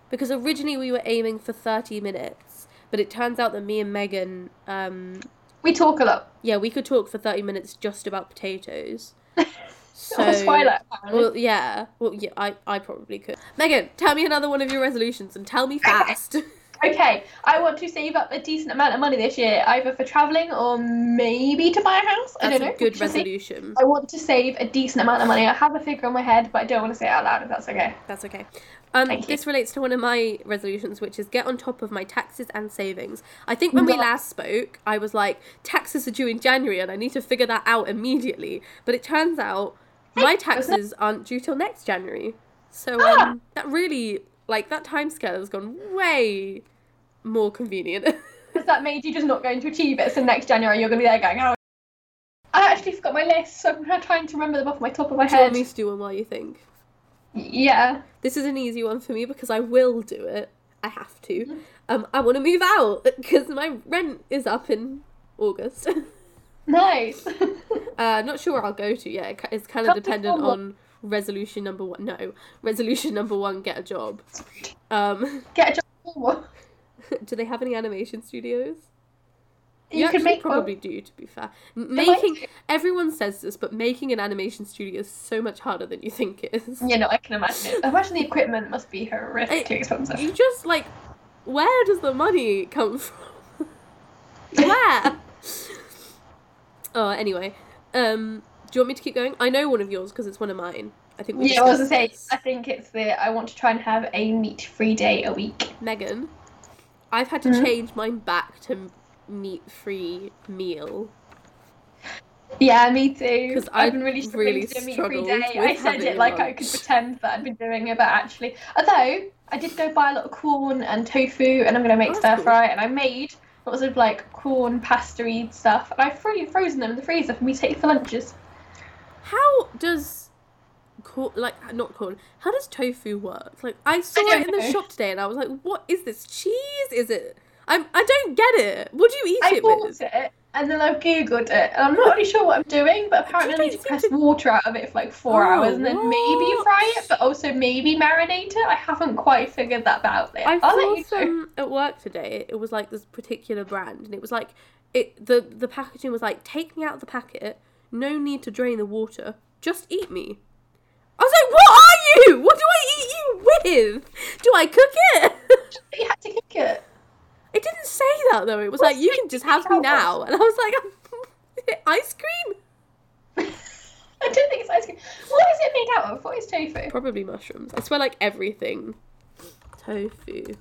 because originally we were aiming for thirty minutes, but it turns out that me and Megan, um, We talk a lot. yeah, we could talk for thirty minutes just about potatoes. So So, spoiler. apparently. Well, yeah. Well, yeah. I, I probably could. Megan, tell me another one of your resolutions and tell me fast. Okay, I want to save up a decent amount of money this year, either for traveling or maybe to buy a house. I That's don't know. a good we shall see. resolution. I want to save a decent amount of money. I have a figure in my head, but I don't want to say it out loud if that's okay. That's okay. Um, Thank you. this relates to one of my resolutions, which is get on top of my taxes and savings. I think when we Nice. last spoke, I was like, taxes are due in January and I need to figure that out immediately. But it turns out my taxes aren't due till next January. So Ah. um, that really, like, that timescale has gone way more convenient. Because that made you just not going to achieve it. So next January you're going to be there going, oh. I actually forgot my list, so I'm now trying to remember them off my top of my do you want head. me to do one while you think? Yeah. This is an easy one for me because I will do it. I have to. Um, I want to move out because my rent is up in August. Nice. uh, not sure where I'll go to yet. It ki- It's kind of Come to dependent Cornwall. on resolution number one. No, resolution number one: get a job. Um, Get a job. in Cornwall. do they have any animation studios? You actually can make one. probably do. To be fair, M- They might making do. everyone says this, but making an animation studio is so much harder than you think it is. You know, I can imagine it. I imagine the equipment must be horrifically expensive. You just like, where does the money come from? where? oh, anyway, um, do you want me to keep going? I know one of yours because it's one of mine. I think we Yeah, I was gonna discussed say. this. I think it's the I want to try and have a meat-free day a week. Megan, I've had to Mhm. change mine back to meat-free meal Yeah, me too. Because I I've been really struggling really to do a meat-free struggled day. with I said having it like I could lunch. pretend that I'd been doing it, but actually, although I did go buy a lot of corn and tofu, and I'm gonna make Oh, that's stir cool. fry, and I made lots of like corn pastery stuff, and I've fro- frozen them in the freezer for me to take for lunches. How does corn, like not corn? How does tofu work? Like I saw don't it in the know. shop today, and I was like, "What is this cheese? Is it?" I'm. I don't get it. What do you eat I it bought with? it. And then I've googled it, and I'm not really sure what I'm doing, but apparently I don't need to seem press to- water out of it for like four Oh, hours and then maybe what? fry it, but also maybe marinate it. I haven't quite figured that out yet. I I'll let saw Oh, you know. some at work today. It was like this particular brand, and it was like it. The the packaging was like, "Take me out of the packet. No need to drain the water. Just eat me." I was like, "What are you? What do I eat you with? Do I cook it?" But Oh, you had to cook it. It didn't say that though. It was What's like you the can just secret have me sauce? now, and I was like, ice cream, I don't think it's ice cream. What is it made out of? What is tofu? probably mushrooms. I swear, like everything, tofu,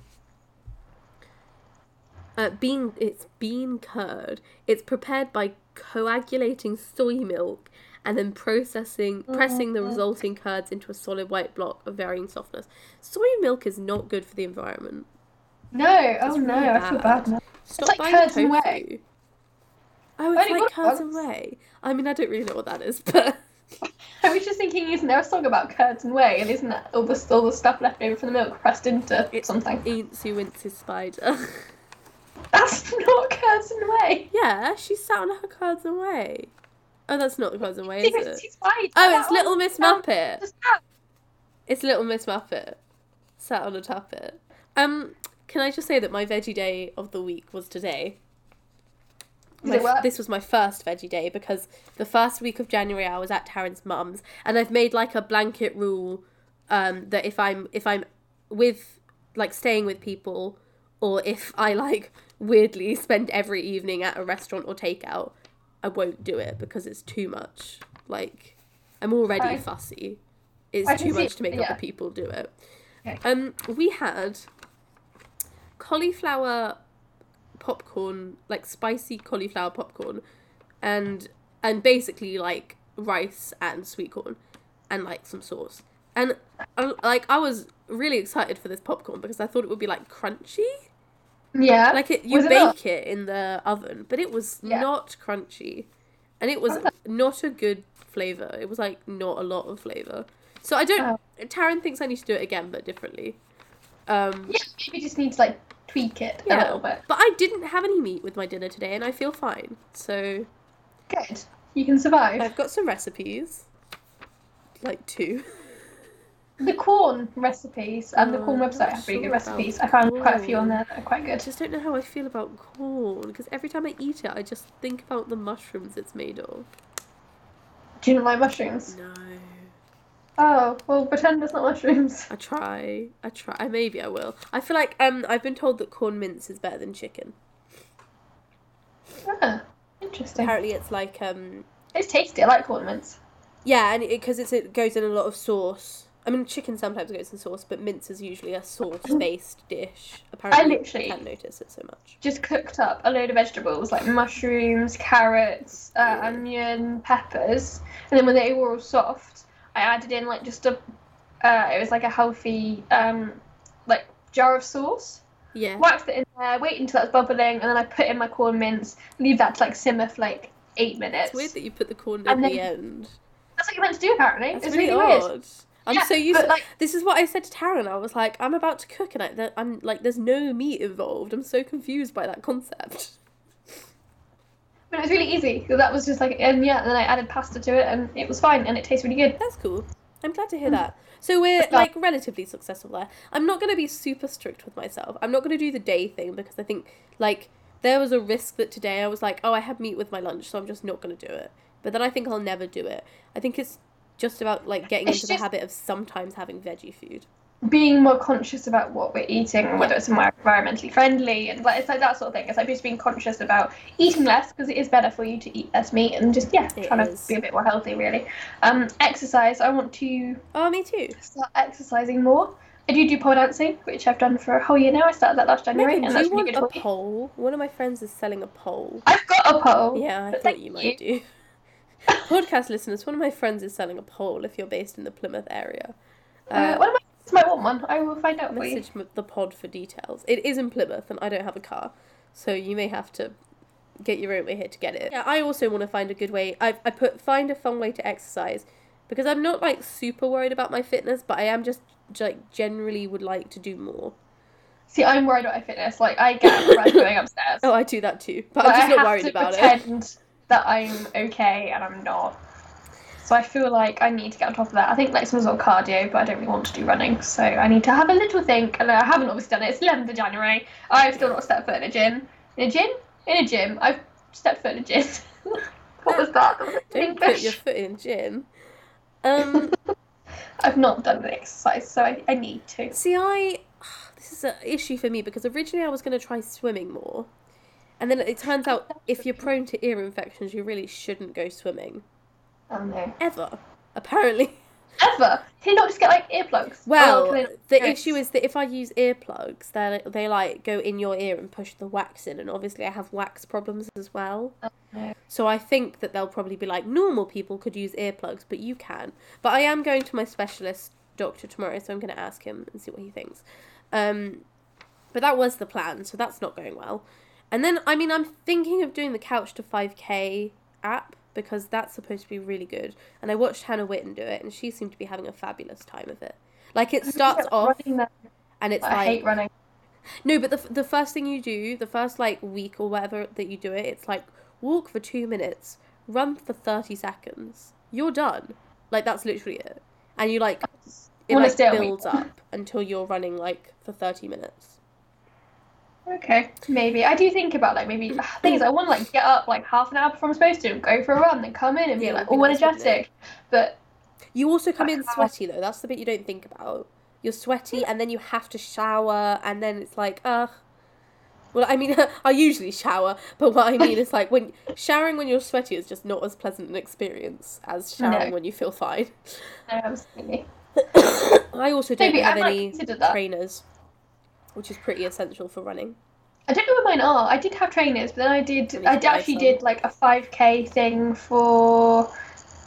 uh, bean. It's bean curd. It's prepared by coagulating soy milk and then processing, Oh, pressing the resulting curds into a solid white block of varying softness. Soy milk is not good for the environment. No, oh really no, I feel bad. bad now. Stop like buying curds tofu. and whey. Oh, it's Only like got curds once. and whey. I mean, I don't really know what that is, but. I was just thinking, isn't there a song about curds and whey? And isn't that all the, all the stuff left over from the milk pressed into It's something? Ainsu Wince's spider. That's not curds and whey. yeah, she sat on her cards and way. Oh, that's not the cards and way, is it? She's white. Oh, That it's Little Miss sounds- Muppet. Just that. It's Little Miss Muppet sat on a tuppet. Um, can I just say that my veggie day of the week was today? Did My- it work? this was my first veggie day because the first week of January I was at Taryn's mum's and I've made like a blanket rule um, that if I'm if I'm with like staying with people or if I like weirdly spend every evening at a restaurant or takeout, I won't do it because it's too much. Like I'm already Okay. fussy. It's I can too see- much to make yeah. other people do it. Okay. Um, we had cauliflower popcorn, like spicy cauliflower popcorn, and and basically like rice and sweet corn, and like some sauce. And uh, like I was really excited for this popcorn because I thought it would be like crunchy. Yeah. Like it, you Uh, Was it bake not? it in the oven, but it was Yeah. Oh. not crunchy, and it was Okay. not a good flavor. It was like not a lot of flavor. So I don't. Oh. Taryn thinks I need to do it again, but differently. Um, Yeah, maybe just need to like tweak it Yeah. a little bit. but I didn't have any meat with my dinner today, and I feel fine. So Good. You can survive. I've got some recipes, like two. The corn recipes and the corn Oh, I'm website not have really sure good about recipes. I found quite a corn. few on there that are quite I good. just don't know how I feel about corn because every time I eat it, I just think about the mushrooms it's made of. Do you not like mushrooms? No, Oh, well, pretend it's not mushrooms. I try. I try. I- Maybe I will. I feel like um, I've been told that corn mince is better than chicken. Ah, interesting. Apparently, it's like um, It's tasty. I like corn mints. yeah, and because it, 'cause it's it goes in a lot of sauce. I mean, chicken sometimes goes in sauce, but mince is usually a sauce-based dish. Apparently, literally- can't notice it so much. Just cooked up a load of vegetables like mushrooms, carrots, uh, Yeah. onion, peppers, and then when they were all soft, I added in like just a. Uh, it was like a healthy um, like jar of sauce. Yeah. Waxed it in there, wait until that's bubbling, and then I put in my corn mints. Leave that to like simmer for like eight minutes. It's weird that you put the corn at And the then- end. That's what you're meant to do apparently. That's it's really, really, weird. odd. I'm Yeah, so used but, to like- this is what I said to Taryn. I was like, I'm about to cook and I, there- I'm like, there's no meat involved. I'm so confused by that concept. But it was really easy. So That was just like and yeah, and then I added pasta to it, and it was fine, and it tastes really good. That's cool. I'm glad to Hmm. hear that. So we're like relatively successful there. I'm not going to be super strict with myself. I'm not going to do the day thing because I think like there was a risk that today I was like, oh, I had meat with my lunch, so I'm just not going to do it. But then I think I'll never do it. I think it's just about like getting It's into the just- habit of sometimes having veggie food. being more conscious about what we're eating and whether it's more environmentally friendly and like it's like that sort of thing. It's like just being conscious about eating less because it is better for you to eat less meat and just yeah, It trying is. to be a bit more healthy really. Um, exercise. I want to Oh, me too. start exercising more. I do do pole dancing, which I've done for a whole year now. I started that last January, Megan, and do you that's really want good a for me. pole? One of my friends is selling a pole. I've got a pole. Yeah, I Oh, but thought thank you might do. Podcast listeners, one of my friends is selling a pole if you're based in the Plymouth area. Uh, Uh, one of my friends might want one. I will find out for you. message m- the pod for details. It is in Plymouth and I don't have a car, so you may have to get your own way here to get it. Yeah, I also want to find a good way. I, I put find a fun way to exercise because I'm not like super worried about my fitness, but I am just like generally would like to do more. See, I'm worried about my fitness. Like, I get up about going upstairs. Oh, I do that too, but But I'm I just not have worried to about it. pretend that I'm okay and I'm not. So I feel like I need to get on top of that. I think next one's on cardio, but I don't really want to do running, so I need to have a little think. And I haven't obviously done it. It's 11th of January. I've still not stepped foot in a gym. In a gym? In a gym. I've stepped foot in a gym. what was that? That was in Don't put your English. foot in gym. Um, I've not done an exercise, so I, I need to. see, I this is an issue for me because originally I was going to try swimming more, and then it turns out if you're prone to ear infections, you really shouldn't go swimming Oh no. ever. Apparently, Ever? Can you not just get like earplugs? well, Oh, can I- the yes. issue is that if I use earplugs, they they like go in your ear and push the wax in, and obviously I have wax problems as well. Oh, no. So I think that they'll probably be like, normal people could use earplugs, but you can. But I am going to my specialist doctor tomorrow, so I'm going to ask him and see what he thinks. Um, but that was the plan, so that's not going well. And then, I mean, I'm thinking of doing the Couch to 5K app because that's supposed to be really good. And I watched Hannah Witten do it, and she seemed to be having a fabulous time of it. Like, it starts off Running, though. and it's I like, hate running. no, but the, f- the first thing you do, the first like week or whatever that you do it, it's like walk for two minutes, run for 30 seconds. You're done. Like, that's literally it. And you like, it Wanna like stay awake. builds up until you're running like for 30 minutes. Okay, maybe I do think about like maybe ah, things I want to like get up like half an hour before I'm supposed to, go for a run, then come in and be Yeah, like I think all that's probably energetic. But You also come in Wow. sweaty though. That's the bit you don't think about. You're sweaty and then you have to shower and then it's like, ugh. Well, I mean, I usually shower, but what I mean is like when showering when you're sweaty is just not as pleasant an experience as No. showering when you feel fine. no, absolutely, I also don't Maybe I have might any consider that. trainers, which is pretty essential for running. I don't know where mine are. I did have trainers, but then I did need I to d- buy actually some. did like a 5k thing for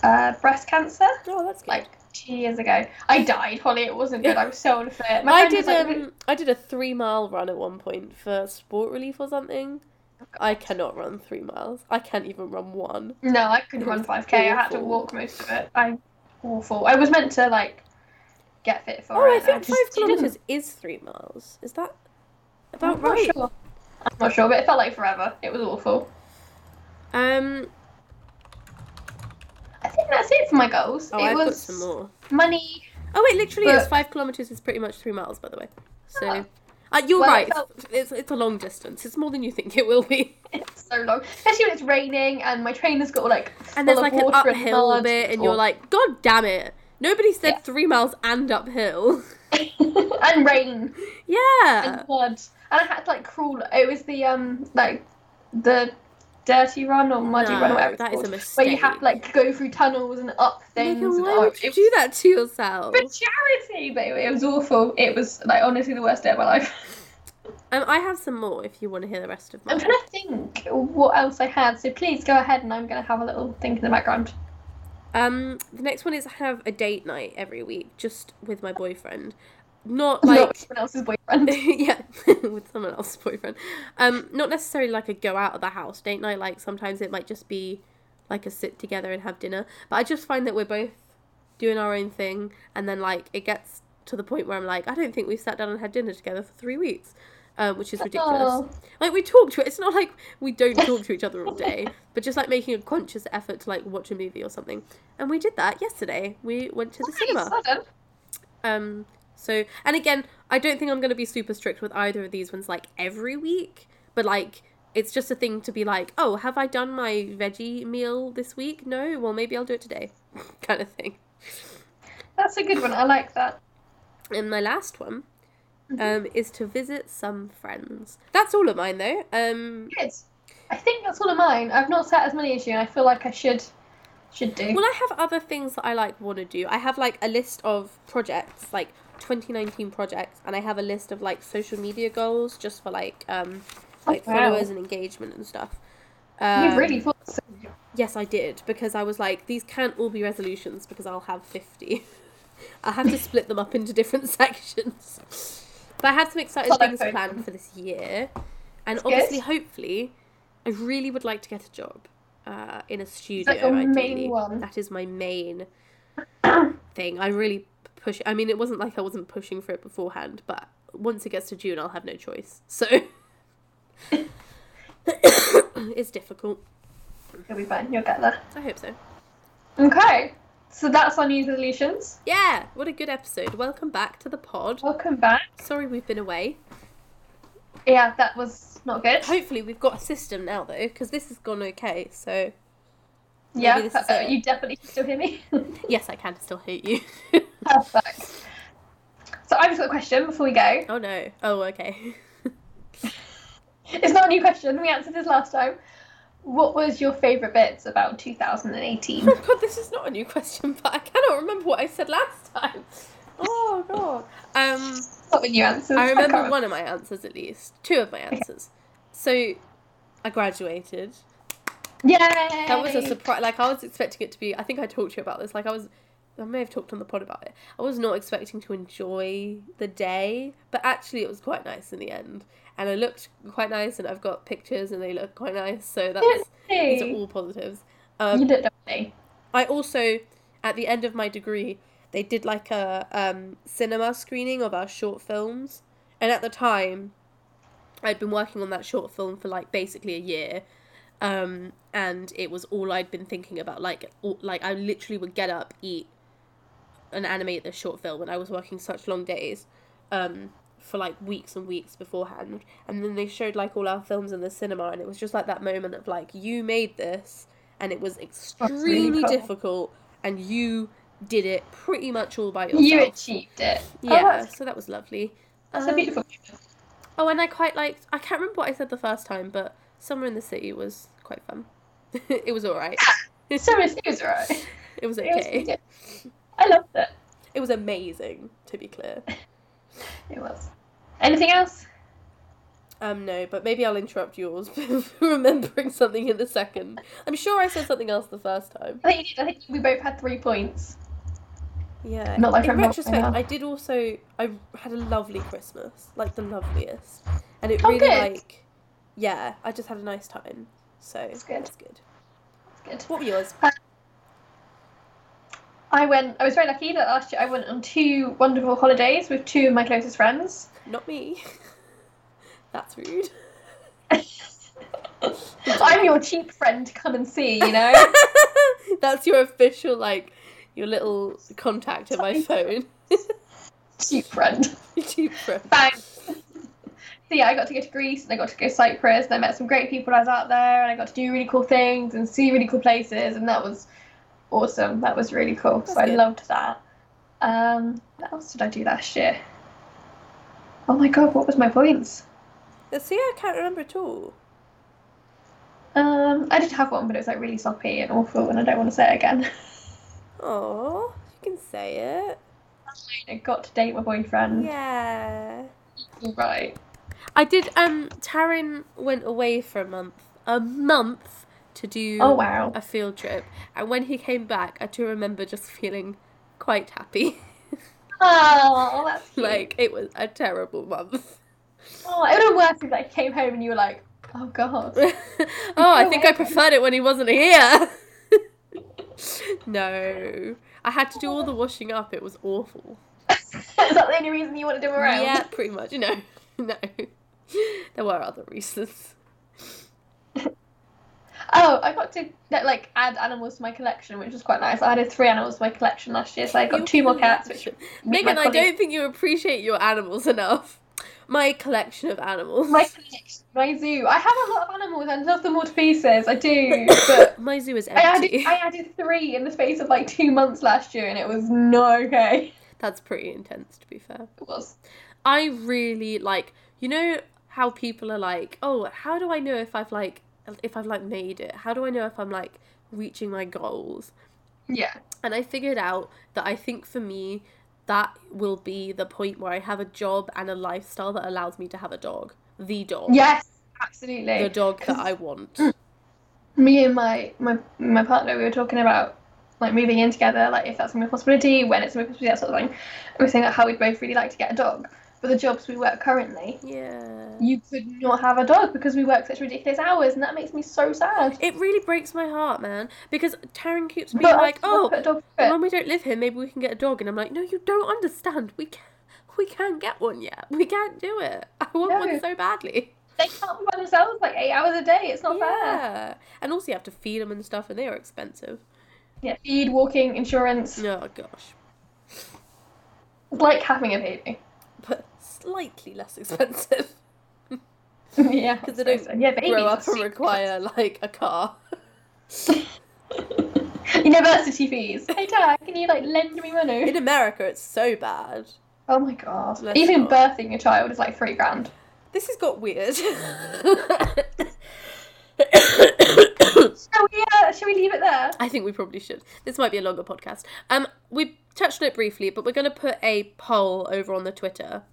uh, breast cancer Oh, that's good. like two years ago. I died, Holly. It wasn't good. I was so unfit. I friend did was like, um, I did a three mile run at one point for sport relief or something. Oh, I cannot run three miles. I can't even run one. No, I couldn't It run was 5k. I had to awful. walk most of it. I'm awful. I was meant to like get fit for Oh, I it. think just five didn't. kilometers is three miles. Is that about I'm not right? sure. I'm not sure, but it felt like forever. It was awful. Um. I think that's it for my goals. Oh, it I've was got some more. money. Oh wait, literally, it's But- five kilometers. Is pretty much three miles, by the way. So, Ah. uh, you're Well, I right. felt- It's it's a long distance. It's more than you think it will be. It's so long, especially when it's raining and my trainer's got all, like And full there's of like an water and uphill mud. bit, and Oh. you're like, God damn it! Nobody said Yeah. three miles and uphill. and rain yeah. and mud, and I had to like crawl. It was the um like the dirty run or muddy No, run or whatever. it's that is a called, Where you have to like go through tunnels and up things. Megan, and, why oh, would it you was do that to yourself? for charity, but it was awful. It was like honestly the worst day of my life. Um, I have some more if you want to hear the rest of I'm mine. trying to think what else I had, so please go ahead and I'm going to have a little think in the background. Um, the next one is I have a date night every week, just with my boyfriend. Not Like, like Not someone else's boyfriend. yeah, with someone else's boyfriend. Um, not necessarily like a go out of the house date night. Like sometimes it might just be like a sit together and have dinner. But I just find that we're both doing our own thing, and then like it gets to the point where I'm like, I don't think we've sat down and had dinner together for three weeks, um, which is ridiculous. Oh, Like we talk to it. It's not like we don't talk to each other all day, but just like making a conscious effort to like watch a movie or something. And we did that yesterday. We went to the pretty cinema. sudden. Um. So, and again, I don't think I'm going to be super strict with either of these ones like every week, but like it's just a thing to be like, oh, have I done my veggie meal this week? No, well maybe I'll do it today, kind of thing. That's a good one. I like that. And my last one, um, is to visit some friends. That's all of mine though. Um. Good. I think that's all of mine. I've not sat as many as you, and I feel like I should should do. Well, I have other things that I like want to do. I have like a list of projects, like 2019 projects, and I have a list of like social media goals just for like um like wow. followers and engagement and stuff. Um, you really thought so. Yes, I did because I was like, these can't all be resolutions because I'll have 50. I have to split them up into different sections. But I had some exciting Follow things through. planned for this year, and good. obviously, hopefully, I really would like to get a job uh, in a studio. your main ideally. one? That is my main thing. I really push. I mean, it wasn't like I wasn't pushing for it beforehand, but once it gets to June, I'll have no choice. So it's difficult. You'll be fine. You'll get there. I hope so. Okay. So that's our new resolutions. Yeah, what a good episode. Welcome back to the pod. Welcome back. Sorry we've been away. Yeah, that was not good. Hopefully we've got a system now though, because this has gone okay. So yeah, this is uh, it. you definitely can still hear me. yes, I can still hate you. Perfect. So I've just got a question before we go. oh no. Oh okay. It's not a new question. We answered this last time. What was your favourite bits about 2018? Oh god, this is not a new question, but I cannot remember what I said last time. Oh god. Um, not the new answers. I can't remember one of my answers at least. Two of my answers. So, I graduated. Yay! That was a surprise. Like I was expecting it to be. I think I talked to you about this. Like I was, I may have talked on the pod about it. I was not expecting to enjoy the day, but actually it was quite nice in the end. And I looked quite nice, and I've got pictures, and they look quite nice. So that's these are Yay. all positives. You Um, did lovely. I also, at the end of my degree, they did like a um, cinema screening of our short films, and at the time, I'd been working on that short film for like basically a year, um, and it was all I'd been thinking about. Like, all, like I literally would get up, eat, and animate this short film, and I was working such long days, um, for like weeks and weeks beforehand. And then they showed like all our films in the cinema, and it was just like that moment of like you made this, and it was really extremely cool. difficult, and you did it pretty much all by yourself. You achieved it. Oh, yeah, that's, so that was lovely. that's a Um, beautiful. Oh, and I quite liked. I can't remember what I said the first time, but Summer in the City was quite fun. it was alright. So it was alright. It was It was okay. good. I loved it. It was amazing, to be clear. It was. Anything else? Um, no, but maybe I'll interrupt yours for remembering something in a second. I'm sure I said something else the first time. I think you did. I think we both had three points. Yeah. Not like I in remember retrospect, now. I did also. I had a lovely Christmas, like the loveliest, and it Oh, really good. like. Yeah, I just had a nice time. So That's good. that's good. Good. What were yours? I went. I was very lucky that last year I went on two wonderful holidays with two of my closest friends. Not me. That's rude. I'm your cheap friend to come and see. You know. That's your official, like, your little contact at my phone. cheap friend. Cheap friend. Bang. so yeah, I got to go to Greece and I got to go to Cyprus and I met some great people when I was out there and I got to do really cool things and see really cool places and that was awesome. That was really cool. so That's I good. loved that. Um, what else did I do last year? Oh my god, what was my points? Let's see, I can't remember at all. Um, I did have one, but it was like really soppy and awful, and I don't want to say it again. Oh, you can say it. I got to date my boyfriend. Yeah. Right. I did. Um, Taryn went away for a month, a month to do Oh wow. a field trip, and when he came back, I do remember just feeling quite happy. Oh, that's cute. like it was a terrible month. Oh, it would have worked if like came home and you were like, oh god. oh, I think I preferred it when he wasn't here. no, I had to do all the washing up. It was awful. Is that the only reason you wanted him around? Yeah, pretty much. No, no. There were other reasons. Oh, I got to like- like add animals to my collection, which was quite nice. I added three animals to my collection last year, so I got two more cats. Which meet my Megan, I colleague- don't think you appreciate your animals enough. My collection of animals. my collection, my zoo. I have a lot of animals. I love them all to pieces. I do, but My zoo is I added empty. I added three in the space of like two months last year, and it was not okay. That's pretty intense, to be fair. It was. I really like. You know how people are like, oh, how do I know if I've like, if I've like made it? How do I know if I'm like reaching my goals? Yeah. And I figured out that I think for me, that will be the point where I have a job and a lifestyle that allows me to have a dog. The dog. Yes, The absolutely. dog that I want. Mm. Me and my my my partner, we were talking about like moving in together, like if that's a possibility, when it's a possibility, that sort of thing. And we were saying like, how we'd both really like to get a dog, but the jobs we work currently. Yeah. you could not have a dog because we work such ridiculous hours, and that makes me so sad. It really breaks my heart, man. Because Taryn keeps being But I like, could "Oh, put a dog through it. when we don't live here, maybe we can get a dog," and I'm like, "No, you don't understand. We can, we can't get one yet. We can't do it. I want No. one so badly." they can't be by themselves like eight hours a day. It's not fair. yeah, and also you have to feed them and stuff, and they are expensive. Yeah, feed, walking, insurance. Oh gosh, It's like having a baby. but slightly less expensive. yeah, Because they I suppose don't so. yeah, babies Grow are up and super require like a car. expensive. university fees. Hey, Dad, can you like lend me money? In America, it's so bad. Oh my god! Let's Even not. birthing a child is like three grand. This has got weird. Shall we? Uh, shall we leave it there? I think we probably should. This might be a longer podcast. Um, we touched on it briefly, but we're going to put a poll over on the Twitter.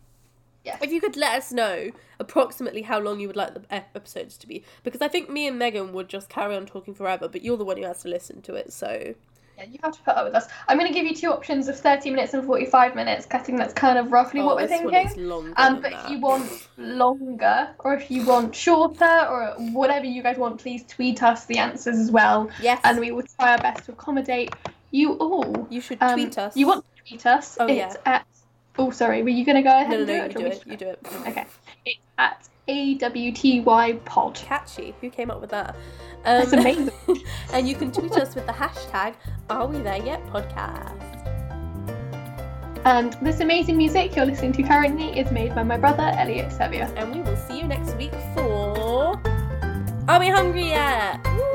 Yes. If you could let us know approximately how long you would like the ep- episodes to be, because I think me and Megan would just carry on talking forever, but you're the one who has to listen to it, so Yeah, you have to put up with us. I'm going to give you two options of 30 minutes and 45 minutes. 'cause I think that's kind of roughly what we're Oh, this thinking. one is longer. Um, than but if that. you want longer, or if you want shorter, or whatever you guys want, please tweet us the answers as well, yes, and we will try our best to accommodate you all. you should Um, tweet us. You want to tweet us? Oh, it's yeah. at. Oh, sorry. Were you going to go ahead No, no, and do no. it? You do it. You do it. it. Okay. It's at awty pod. Catchy. Who came up with that? Um, That's amazing. and you can tweet us with the hashtag Are We There Yet Podcast. And this amazing music you're listening to currently is made by my brother Elliot Sevier. and we will see you next week for Are We Hungry Yet? Woo!